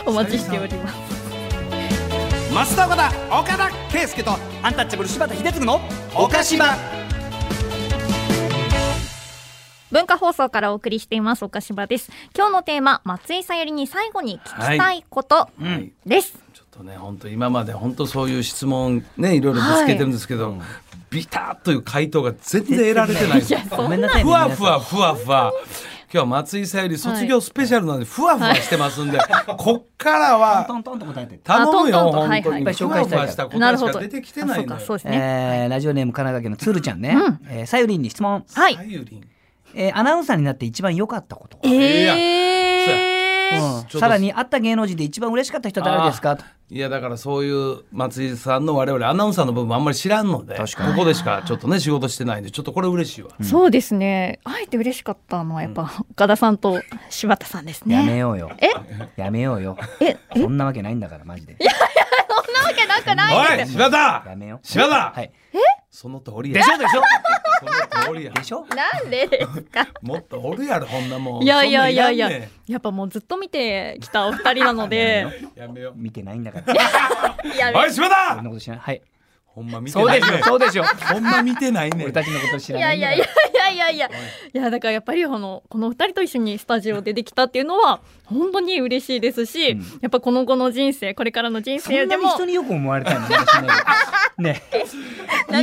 C: お待ちしております
D: 増田岡田岡田圭佑と
B: アンタッチャブル柴田秀嗣の
D: 岡島
C: 文化放送からお送りしています岡島です今日のテーマ松井さゆりに最後に聞きたいこと
A: ん
C: です、
A: ちょっとね本当今まで本当そういう質問ねいろいろぶつけてるんですけど、ビタッという回答が全然得られてないです
B: ごめんなさいね。
A: ふわ
B: 皆さ
A: ふ
B: ん
A: わふわふわ。今日は松井さゆり卒業スペシャルなんで、ふわふわしてますんで、こっからは
B: トントンと答えて。
A: 頼むよ、
C: あトントンと
A: 本当
C: はい
A: に。
C: はい
A: ふわふわした
C: な
A: 答え
C: る
A: し
C: ほ
A: か
C: ど
A: 出てきて
C: あ
A: な
C: そう
A: いん
C: か
A: だ
C: そう
A: よ。
C: ですね、
B: えーラジオネーム神奈川県のつるちゃんね、えーさゆりんに質問、
C: はい
A: さゆりん。
B: えーアナウンサーになって一番良かったこと、
C: え
A: そ
C: えー
B: うんさらに会った芸能人で一番嬉しかった人は誰ですかと
A: いやだからそういう松井さんの我々アナウンサーの部分もあんまり知らんのでこ
B: 確かに
A: こでしかちょっとね仕事してないんでちょっとこれ嬉しいわ
C: そうですねあえて嬉しかったのはやっぱ岡田さんと柴田さんです
B: やめ
C: ね
B: ようよ
C: え
B: やめようよ
C: え え
B: そんなわけないんだからマジで
C: そんなわけなくない
A: お
C: で
A: い
C: す
A: 柴
B: や
A: 田
B: めよう
A: 柴田
B: はい
A: その通りや
B: でしょでしょ
A: その通りや
B: でしょ
C: なんでですか
A: もっとおるやろこんなもん
C: いやいやいやいや
A: そんなんらんね
C: やっぱもうずっと見てきたお二人なので
A: んやめよ
B: 見てないんだから
C: いや
A: うおい柴
B: そん
A: 田
B: なことしないはい
A: ほんま見て
B: そう
A: な
B: で
A: い
B: し
A: ね
B: ょそうでしょ
A: ほんま見てないね
B: 俺たちのこと知
C: い
B: ら
C: や
B: ない
C: い
B: んだ
C: や
B: か
C: い
B: ら
C: やいやいやいやいやだからやっぱりあのこの二人と一緒にスタジオでできたっていうのは本当に嬉しいですし、やっぱこの後の人生これからの人
B: そん
C: 生
B: な
C: で
B: に
C: も
B: 人によく思われたいのなんかしない けど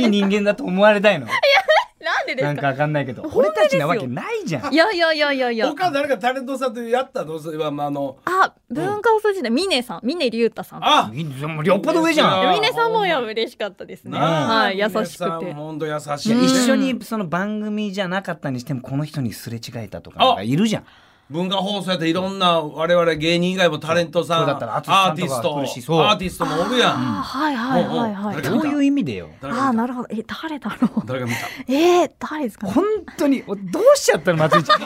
B: ねいい人間だと思われたいの
C: なんでで
B: な
C: す
B: んか
C: か
B: わかんないけど
C: 本
B: 俺
C: 当
B: たちなわ
C: で
B: け
C: すよ
B: ないじゃん
C: いやいやいやいやいや
A: 他誰かタレントさんとやったのそれはまああの
C: あ文化放送時代峰さん峰竜太さん
A: あ
B: いいもうよっぽど上じゃん
A: いや
C: 峰さんもや嬉しかったですね
A: なあ
C: はい優し
A: 皆さ
C: く
A: ん
C: て
A: 本当優し
B: いや
A: い
B: 一緒にその番組じゃなかったにしてもこの人にすれ違えたとかなんかいるじゃん
A: 文化放送やっていろんな我々芸人以外もタレントさ
B: そ
A: ん
B: うだったら淳
A: ア
B: さ
A: ー
B: ん
A: テ
B: と
A: ィ
B: か
A: ス
B: 来るし
A: ト
B: そう
A: アーティストもおるやん
C: あはいはいはいはい
A: うん
B: どういう意味でよ
A: 誰
C: あ
A: か
C: ー
A: 見
C: な
A: た
C: るほどえ誰だろう
A: 誰か見た
C: えー、誰ですかね
B: 本当におどうしちゃったの松井ちゃん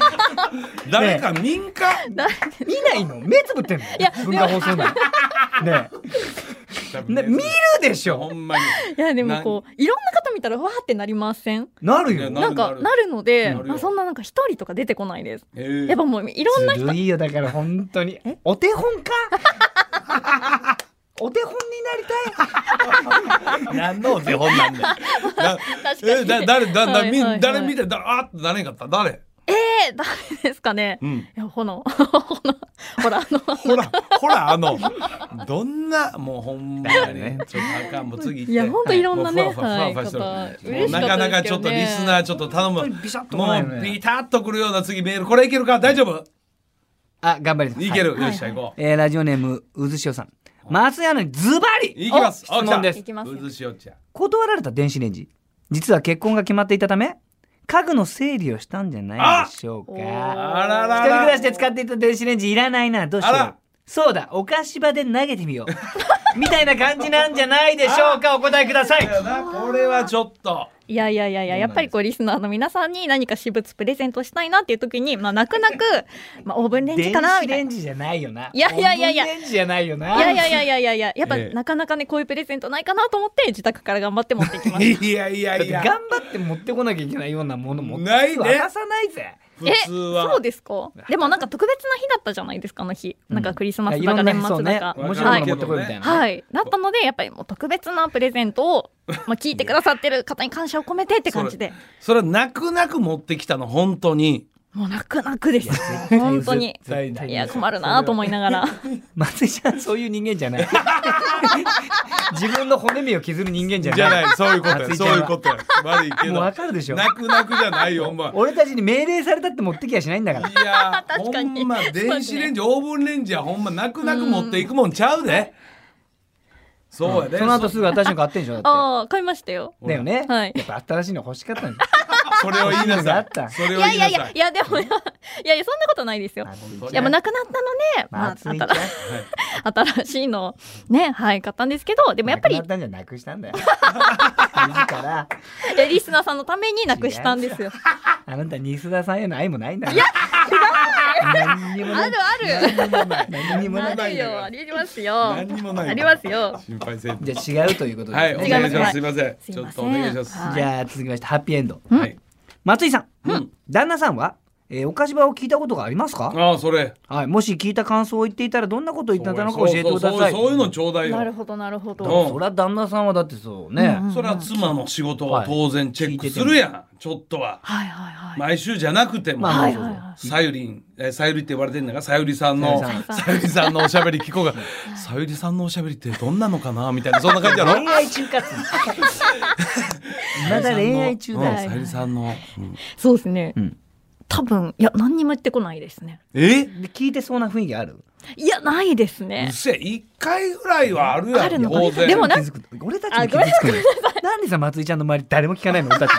A: 誰か民間
B: 見ないの目つぶってんの文化放送のねえね見るでし
A: ほ
B: ょ
A: んまに
C: いやでもこういろんな方見たらわーってなりません
B: なる
A: いや
B: よ
A: な
C: なんか
A: る
C: なるので
A: なるよ
C: あそんななんか一人とか出てこないです
A: えー
C: やっぱもういろんな
B: ずるいよだから本当にお手本か お手本になり
A: 何のお手本なんだよ。な
C: 確か
A: え
C: に
A: だ誰だだみ
C: はいはいはい
A: 誰見て誰あーってなれんかった誰。
C: え誰ですかね、
A: うん。
C: いやほのほのほらあの
A: ほらほらあのどんなもうほんまにね
B: ね
A: ちょっとあかんもう次行って。
C: いや本当いろんなね
A: もうふわふわふわふわしてる
C: は
A: も
C: い
A: うなかなか
C: 嬉し
A: ち
C: か
A: ょ
C: っ
A: ったと
C: で
A: リ
C: す
A: ス
C: けどね
A: ナーちょっと頼む。
B: たいビシャッとこないよ
A: もうビ
B: ね
A: タッとくるような次メールこれいけるか大丈夫？
B: あ頑張ります
A: いける。
B: はい
A: よっしゃ行こう。
B: えーラジオネームうずしおさん松屋のズバリ
A: いきます。
B: お質問で
C: い
B: す
C: きますよ
A: うずしおちゃん。
B: 断られた電子レンジ実は結婚が決まっていたため家具の整理をしたんじゃないでしょう
C: あ
B: か
A: あら
B: 一
A: ら
B: 人暮ら
A: ら。
B: しで使っていた電子レンジいらないなどうし
A: あ
B: よ
A: ら
B: うそうだお菓子場で投げてみよう みたいな感じなんじゃないでしょうかお答えください
A: だよなこれはちょっと。
C: いやいやいやいや、やっぱりこうリスナーの皆さんに何か私物プレゼントしたいなっていう時に、まあ泣く泣く、まあオーブンレンジ
B: 電
C: かな
B: 子
C: みた
B: レ
C: い
B: ン
C: な。
B: ジじゃないよない
C: いやいやいやいや
B: 電子レンジじゃないよない
C: いやいやいやいやいやいや、やっぱ
A: ええ
C: なかなかね、こういうプレゼントないかなと思って、自宅から頑張って持ってきまし
A: いやいや
B: だっ
A: い
B: て
A: や
B: 頑。張って持ってこなきゃいけないようなもの持って
A: ないね
B: 渡さないぜ
A: 普
C: た。え、
A: 通は。
C: そうですかでもなんか特別な日だったじゃないですか、あの日。なんかクリスマス
B: い
C: だ
B: ろ
C: か
B: んな
C: 年
B: そう
C: 末だ
B: ね
C: か。
B: 面白いもの持ってこい
A: は
B: み
A: い
B: たいなね
C: はい。だったので、やっぱりもう特別なプレゼントを、まあ聞いてくださってる方に感謝を込めてって感じで、
A: それは泣く泣く持ってきたの本当に
C: もう泣く泣くです。本当に。
B: 絶対ない
C: いや、困るなと思いながら。
B: 松井ちゃんそういう人間じゃない 自分の骨身を削る人間じゃない
A: じゃないそういうことや
B: 松井ち
A: そ
B: ゃん
A: うい
B: は
A: うことや悪いけど
B: もうわかるでしょ
A: 泣く泣くじゃないよお前い
B: 俺たちに命令されたって持ってきやしないんだから
A: や
C: 確かに
A: ほんま電子レンジ、オーブンレンジはほんま泣く泣く持っていくもんちゃうでそうやで、
B: その後すぐ私の買ってんでしょだっ
C: ああ、買いましたよ。
B: てだよね、
C: はい
B: やっぱ新しいの欲しかったんだ
A: それを言いなさ
B: そういうの があ
A: いそれを言
B: った
C: いやい
A: い
C: や
A: ないさ
C: や
A: い
C: いやでもいやいやいやそんなことないですよ。いやもうなくなったの
B: 松
C: で、
B: 井ちゃん
C: まあ、新新しいのをねはい買ったんですけどでもやっぱり
B: なくなったんじゃなくしたんだよいいから
C: いやリスナーさんのためになくしたんですよ。
B: あなた西田さんへの愛もないんだいや何にもな
C: あ
B: い
C: るある。
B: 何にもな
C: あ
B: い
C: るよありますよ。
A: 何にもないわ
C: ありますよ。
A: 心配せんと
B: じゃあ違うということですね、
A: はいお願いしますす
C: 違
A: い
C: い
A: ません
C: す
A: ちょっとお願いします
C: すいません
B: じゃあ続きましてハッピーエンド
A: はい
B: 松井さん、
A: うん
B: 旦那さんは、えーお菓子場を聞いたことがありますか
A: ああそれ
B: はい、もし聞いた感想を言っていたらどんなことを言っていたのか教えてくだ
A: そうそ
B: さ
A: う
B: い
A: そういうのちょうだいよ
C: なるほどなるほ
A: ど
C: ど。
A: う
B: そりゃ旦那さんはだってそうね、
A: それは妻の仕事を当然チェックするやん、ちょっとは
C: はいはいはい。
A: 毎週じゃなくても、
B: まあまあ
C: そうそうはいはいは
A: さゆりん、えーさゆりって呼ばれてるんだが、さゆりさんの、さゆりさんのおしゃべり聞こうが、さゆりさんのおしゃべりってどんなのかなみたいな、そんな感じやろ
B: 恋愛中活まだ恋愛中
A: うん
B: だよ、
A: さゆりさんの。うん
C: そうですね。
B: ん
C: 多分いや何にも言ってこないですね。
A: え
B: で聞いてそうな雰囲気ある
C: いやないです
A: うっ
C: ね。
A: せえ、一回ぐらいはあるや
C: ある
A: ん、
C: のか
A: 当然。
C: でもな
B: 気づく俺たちも気づくのよ なんでさ松井ちゃんの周り誰も聞かないの俺たち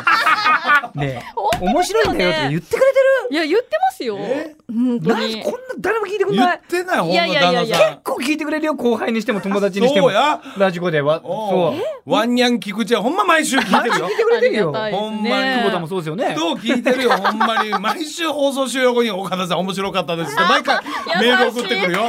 B: ねえ面白いんだよって言ってくれ
C: いや言ってますよ。本
B: てる
C: 当
B: なん
C: に
B: で。こんな誰も聞いてくん
A: 言
B: ない
A: ってない、ほん
C: い
A: ま
C: やいや
A: 旦
C: いや
A: 那
C: いや
A: さん。
B: 結構聞いてくれるよ後輩にしても友達にして
A: そ
B: も
A: うや
B: ラジコでは
A: お
B: そうう
A: ワンニャン菊池はほんま毎週聞いてるよ
B: 聞い。てくれてるよ
C: ありがたいで
A: ほ
C: すね
A: んまに久
B: 久保田もそうですよね
A: どう聞いてるよ、ほんまに。毎週放送終了後に、岡田さん面白かったですって、毎回メール送ってくるよ。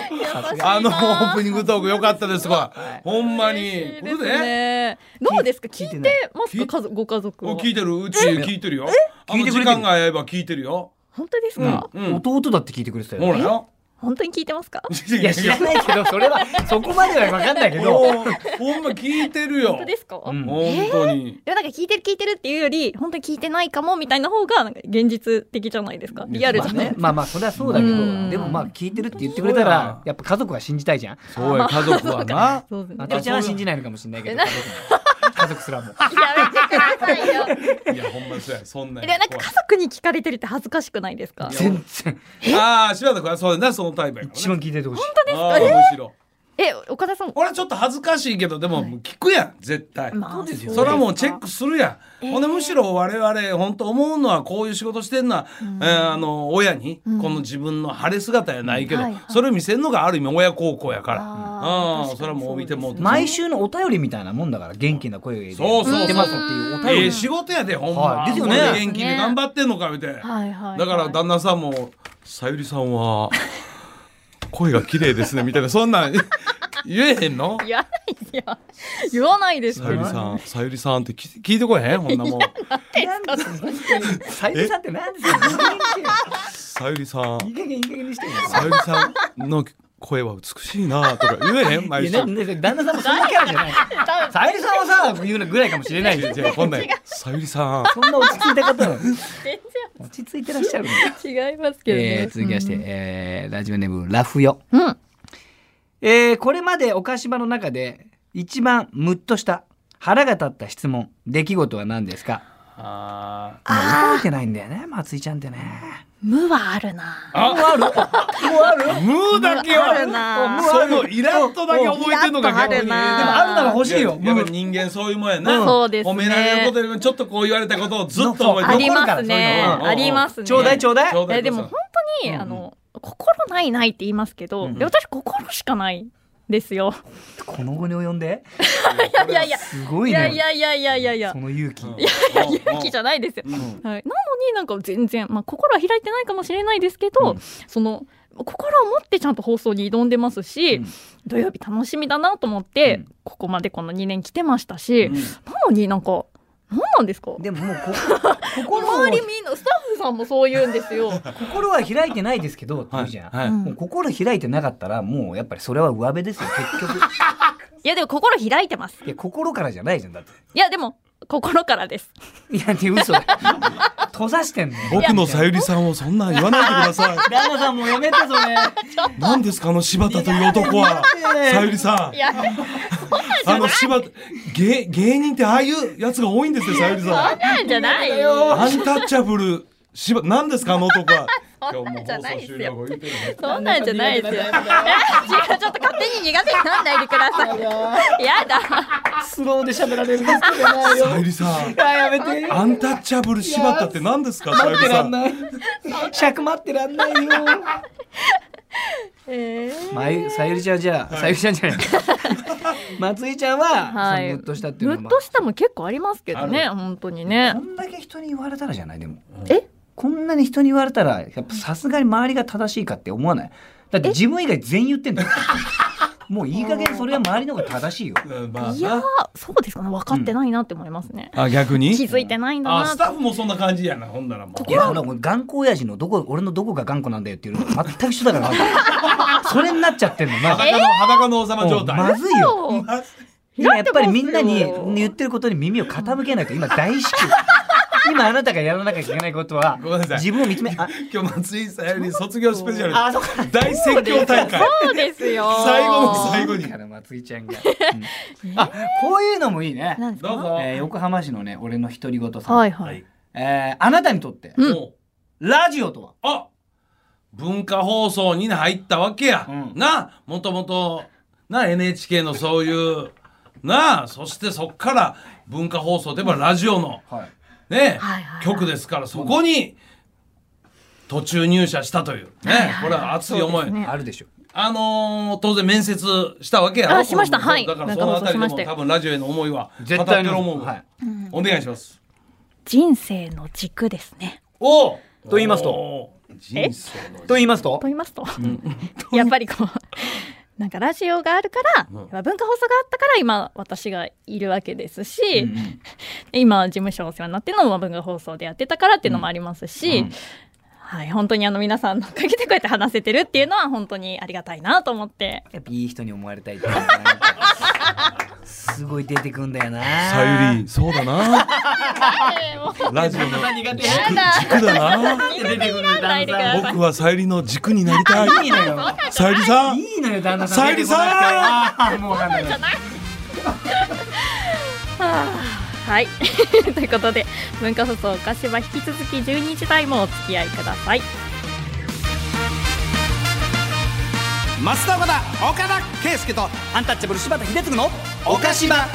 A: あの、オープニングトーク良かったですわ。ほんまに。
C: 嬉しいで
A: こ
C: す
A: れで
C: ね。どうですか聞
B: 聞
C: い
B: い
C: て
B: てない
C: ます
A: 聞
C: か
A: い
C: 家族ご家族
A: お
C: は。
A: 聞いてるうち聞いてるよ。あの
B: 聞いてく
A: 時
B: れてる
A: 間が合えば聞いてるよ。
C: 本当ですか、
A: うん。
B: 弟だって聞いてくれてたよ
A: ほらよ。
C: 本当に聞いてますか本
B: いや知らないけどそれはそこまでは分かんないけ ど
A: もうほんま聞いてるよ。
C: 当ですか、
B: うん
A: 本当に。
C: でもなんか聞いてる聞いてるっていうより本当に聞いてないかもみたいな方がなんか現実的じゃないですかリアル
B: ま
C: じ
B: あ
C: ゃない、
B: ねまあまあそれはそうだけど
C: うん
B: でもまあ聞いてるって言ってくれたらやっぱ家族は信じたいじゃん
A: そうや、家族はな。
C: そうですね
B: 私は信じないのかもしれないけど
C: な
B: 家族も家族すらも
C: やめてくださいよ
A: いや、ほんまそうや、そんな
C: で
A: ん
C: な
A: や。
C: んか家族に聞かれてるって恥ずかしくないですか
B: 全然
A: ああ、柴田君はそうやな、そのタイプやからね。
B: 一番聞いててほしい
A: あーむしろ。
C: え岡田さん
A: 俺はちょっと恥ずかしいけど、でも聞くやん、絶対。
C: まあです
A: それはもうチェックするやん、ほんでむしろ我々本当思うのはこういう仕事してんのは、えーあの親にこの自分の晴れ姿やないけど、
C: はいはい
A: それを見せるのがある意味親孝行やから、
C: あー
A: うんそれはもう見てもうて
B: 毎週のお便りみたいなもんだから元気な声で
A: そうそうそう
B: 言ってますっていうお便
A: ええ
B: り
A: 仕事やでほんま、
B: はいですよね
A: これ元気に頑張ってんのかみたいな、
C: はいはいはい
A: だから旦那さんも「さゆりさんは声が綺麗ですね」みたいなそんなん言えへんの
C: 言わないよ言わないです
A: さゆりさん、さゆりさんって聞聞いてこえへんほんなもん。
B: さゆりさんって何ですか
A: さゆりさん、
B: いい加減いい加減にしてよ
A: さゆりさんの声は美しいなとか言えへ ん毎
B: い
A: 週
B: や。なんで旦那さんもそんなキャラじゃないさゆりさんはさ言うぐらいかもしれない
A: い
B: け
A: や
B: ど
A: じゃあこんなんやさゆりさん。
B: そんな落ち着いた方なの
C: 全
B: 落ち着いてらっしゃるの
C: 然違いますけどね、
B: えー続きまして、えーラジオネームラフヨ、
C: うん
B: えーこれまでお菓子場の中で一番ムッとした腹が立った質問出来事は何ですか
A: あ
B: もう覚えてないんだよね松井ちゃんってね
C: 無はあるな
B: もうあるもうある
A: ームーだけ
C: 無ある
A: は。
C: な
A: そのイラッとだけ覚えてんのが逆に。で
C: イラッとある
A: も
C: な
B: あるなら欲しいよ
A: ややっぱり人間そういうもんやな。
C: うんそうですね
A: 褒められることよりもちょっとこう言われたことをずっと覚えて
C: あ
A: る。
C: りますね
A: 残るからそういうのは
C: ありますね
B: ちょうだいちょうだい
A: ちょうだ
C: え
A: い
C: でも本当に、
B: うん
C: あの心ないないって言いますけど、
B: うん
C: で私心しかないですよ。
B: この後に及んで
C: いやいやいや
B: すご
C: い
B: い
C: や
B: ね
C: いやいやいやいやいや
B: その勇気、
A: うん
B: いや
C: 勇気じゃないですよ。はい、なのになんか全然、まあ、心は開いてないかもしれないですけど、
B: うん
C: その心を持ってちゃんと放送に挑んでますし、
B: うん
C: 土曜日楽しみだなと思って、
B: うん
C: ここまでこの2年来てましたし、
A: うん
C: なのになんか何なんですか
B: でももうこ心を
C: 周りみんなスタッフさんもそう言うんですよ。
B: 心は開いてないですけどって言
A: は
B: う
A: い。
B: じゃん、
A: は
C: う
A: い。
C: ん
B: もう心開いてなかったらもうやっぱりそれは上辺ですよ結局
C: いやでも心開いてます。
B: いや心からじゃないじゃんだって
C: いやでも心からです。
B: いやって嘘だ閉ざしてんの
A: 僕のさゆりさんをそんなん言わないでくだ さい。
B: 旦那さんもうやめて それ
A: 何ですかあの柴田という男は。さゆりさん
C: い。や
A: あの柴田芸芸人ってああいうやつが多いんですよさゆりさん。
C: なんじゃないよ。
A: アンタッチャブル柴何ですかあの男は。
C: そんなんじゃないですよ。
A: 後言うてる
C: そんなんじゃないですよ。え違う、ちょっと勝手に苦手になんないでください。 やだ。
B: スローで喋られるんですけどない
A: さゆりさん。
B: やめて
A: アンタッチャブル柴田って何ですかさゆ
B: 待
A: り
B: ってら
A: さ
B: ん
A: ん。
B: ない尺待ってらんないよ
C: え
B: まゆさゆりちゃんじゃあさゆりちゃん じゃない松井ちゃんは、
C: は
B: はいい、ムッとしたっていう
C: ム
B: のは
C: ッとしたも結構ありますけどね、本当にね
B: こ。んだけ人に言われたらじゃないでも
C: え
B: こんなに人に言われたらやっぱさすがに周りが正しいかって思わないだって自分以外全員言ってん だよもういい加減それは周りの方が正しいよ
A: うんまあ
C: いやー
A: な、
C: そうですかね。分かってないなって思いますね。
A: あ逆
C: 気
A: に。
C: づいてないんだ
A: あ
C: な
A: ス
C: って。
A: タッフもそんな感じやなほんならもう。
B: いやほらもう頑固親父のどこ俺のどこが頑固なんだよっていうのと全く一緒だからそれになっちゃってんのマジ
A: 裸の裸の王様状態。
B: まずいよ
C: そう
B: 今やっぱりみんなに
C: 開いてますよ
B: 言ってることに耳を傾けないと今大至急今あなたがやらなきゃいけないことは
A: ごめんなさい
B: 自分を認めあ
A: 今日松井さゆり卒業スペシャル
B: あそっか
A: 大説教大会。
C: そうですよ。
A: 最後の最後に
B: だ。から松井ちゃんが、うんあこういうのもいいね
C: なんです
A: どう
C: か。
A: ぞ。
B: えー横浜市のね俺の独り言さん、
C: はいはい。
B: えーあなたにとって、
C: うん
A: もう
B: ラジオとは
A: あ文化放送に入ったわけや、
B: うん
A: なもともとな NHK のそういう なあそしてそっから文化放送といえばラジオの、
B: はい
A: ね
C: はいはい
A: 局ですからそこに途中入社したというね、これは熱い思い、
C: そうですね
B: あるでしょ
A: あのー当然面接したわけやろ
C: あしました
A: この
C: はい
A: だからそのあたりで
C: 文化放送しまし
A: も
C: たよ
A: 多分ラジオへの思いは語
B: 絶対の
A: ってる思う、
B: はい
A: お願いします
C: 人生の軸ですね。
A: おと
B: と言いますと
A: 人生の
B: と言いますと
C: と言いますと、 やっぱりこう。なんかラジオがあるから、
A: うん
C: やっぱ文化放送があったから今私がいるわけですし、
B: うんうん
C: 今事務所お世話になってるのも文化放送でやってたからっていうのもありますし、
B: うん
C: はい、本当にあの皆さんのおかげでこうやって話せてるっていうのは本当にありがたいなと思って
B: やっぱいい人に思われたいっていうのがなんかすごい出てくんだよな
A: さゆりそうだなラジオの
B: 苦手
A: 軸軸だな
B: 出てくる
C: ないでください
A: 僕はさゆりの軸になりたい
B: いいのよ
A: さゆりさん
B: いいのよ旦那さん
A: さゆりさ
B: んもうなんだよ
C: はいという ことで文化放送お菓子は引き続き12時台もお付き合いください
D: 増田岡田岡田圭佑とアンタッチャブル柴田秀嗣のおかしば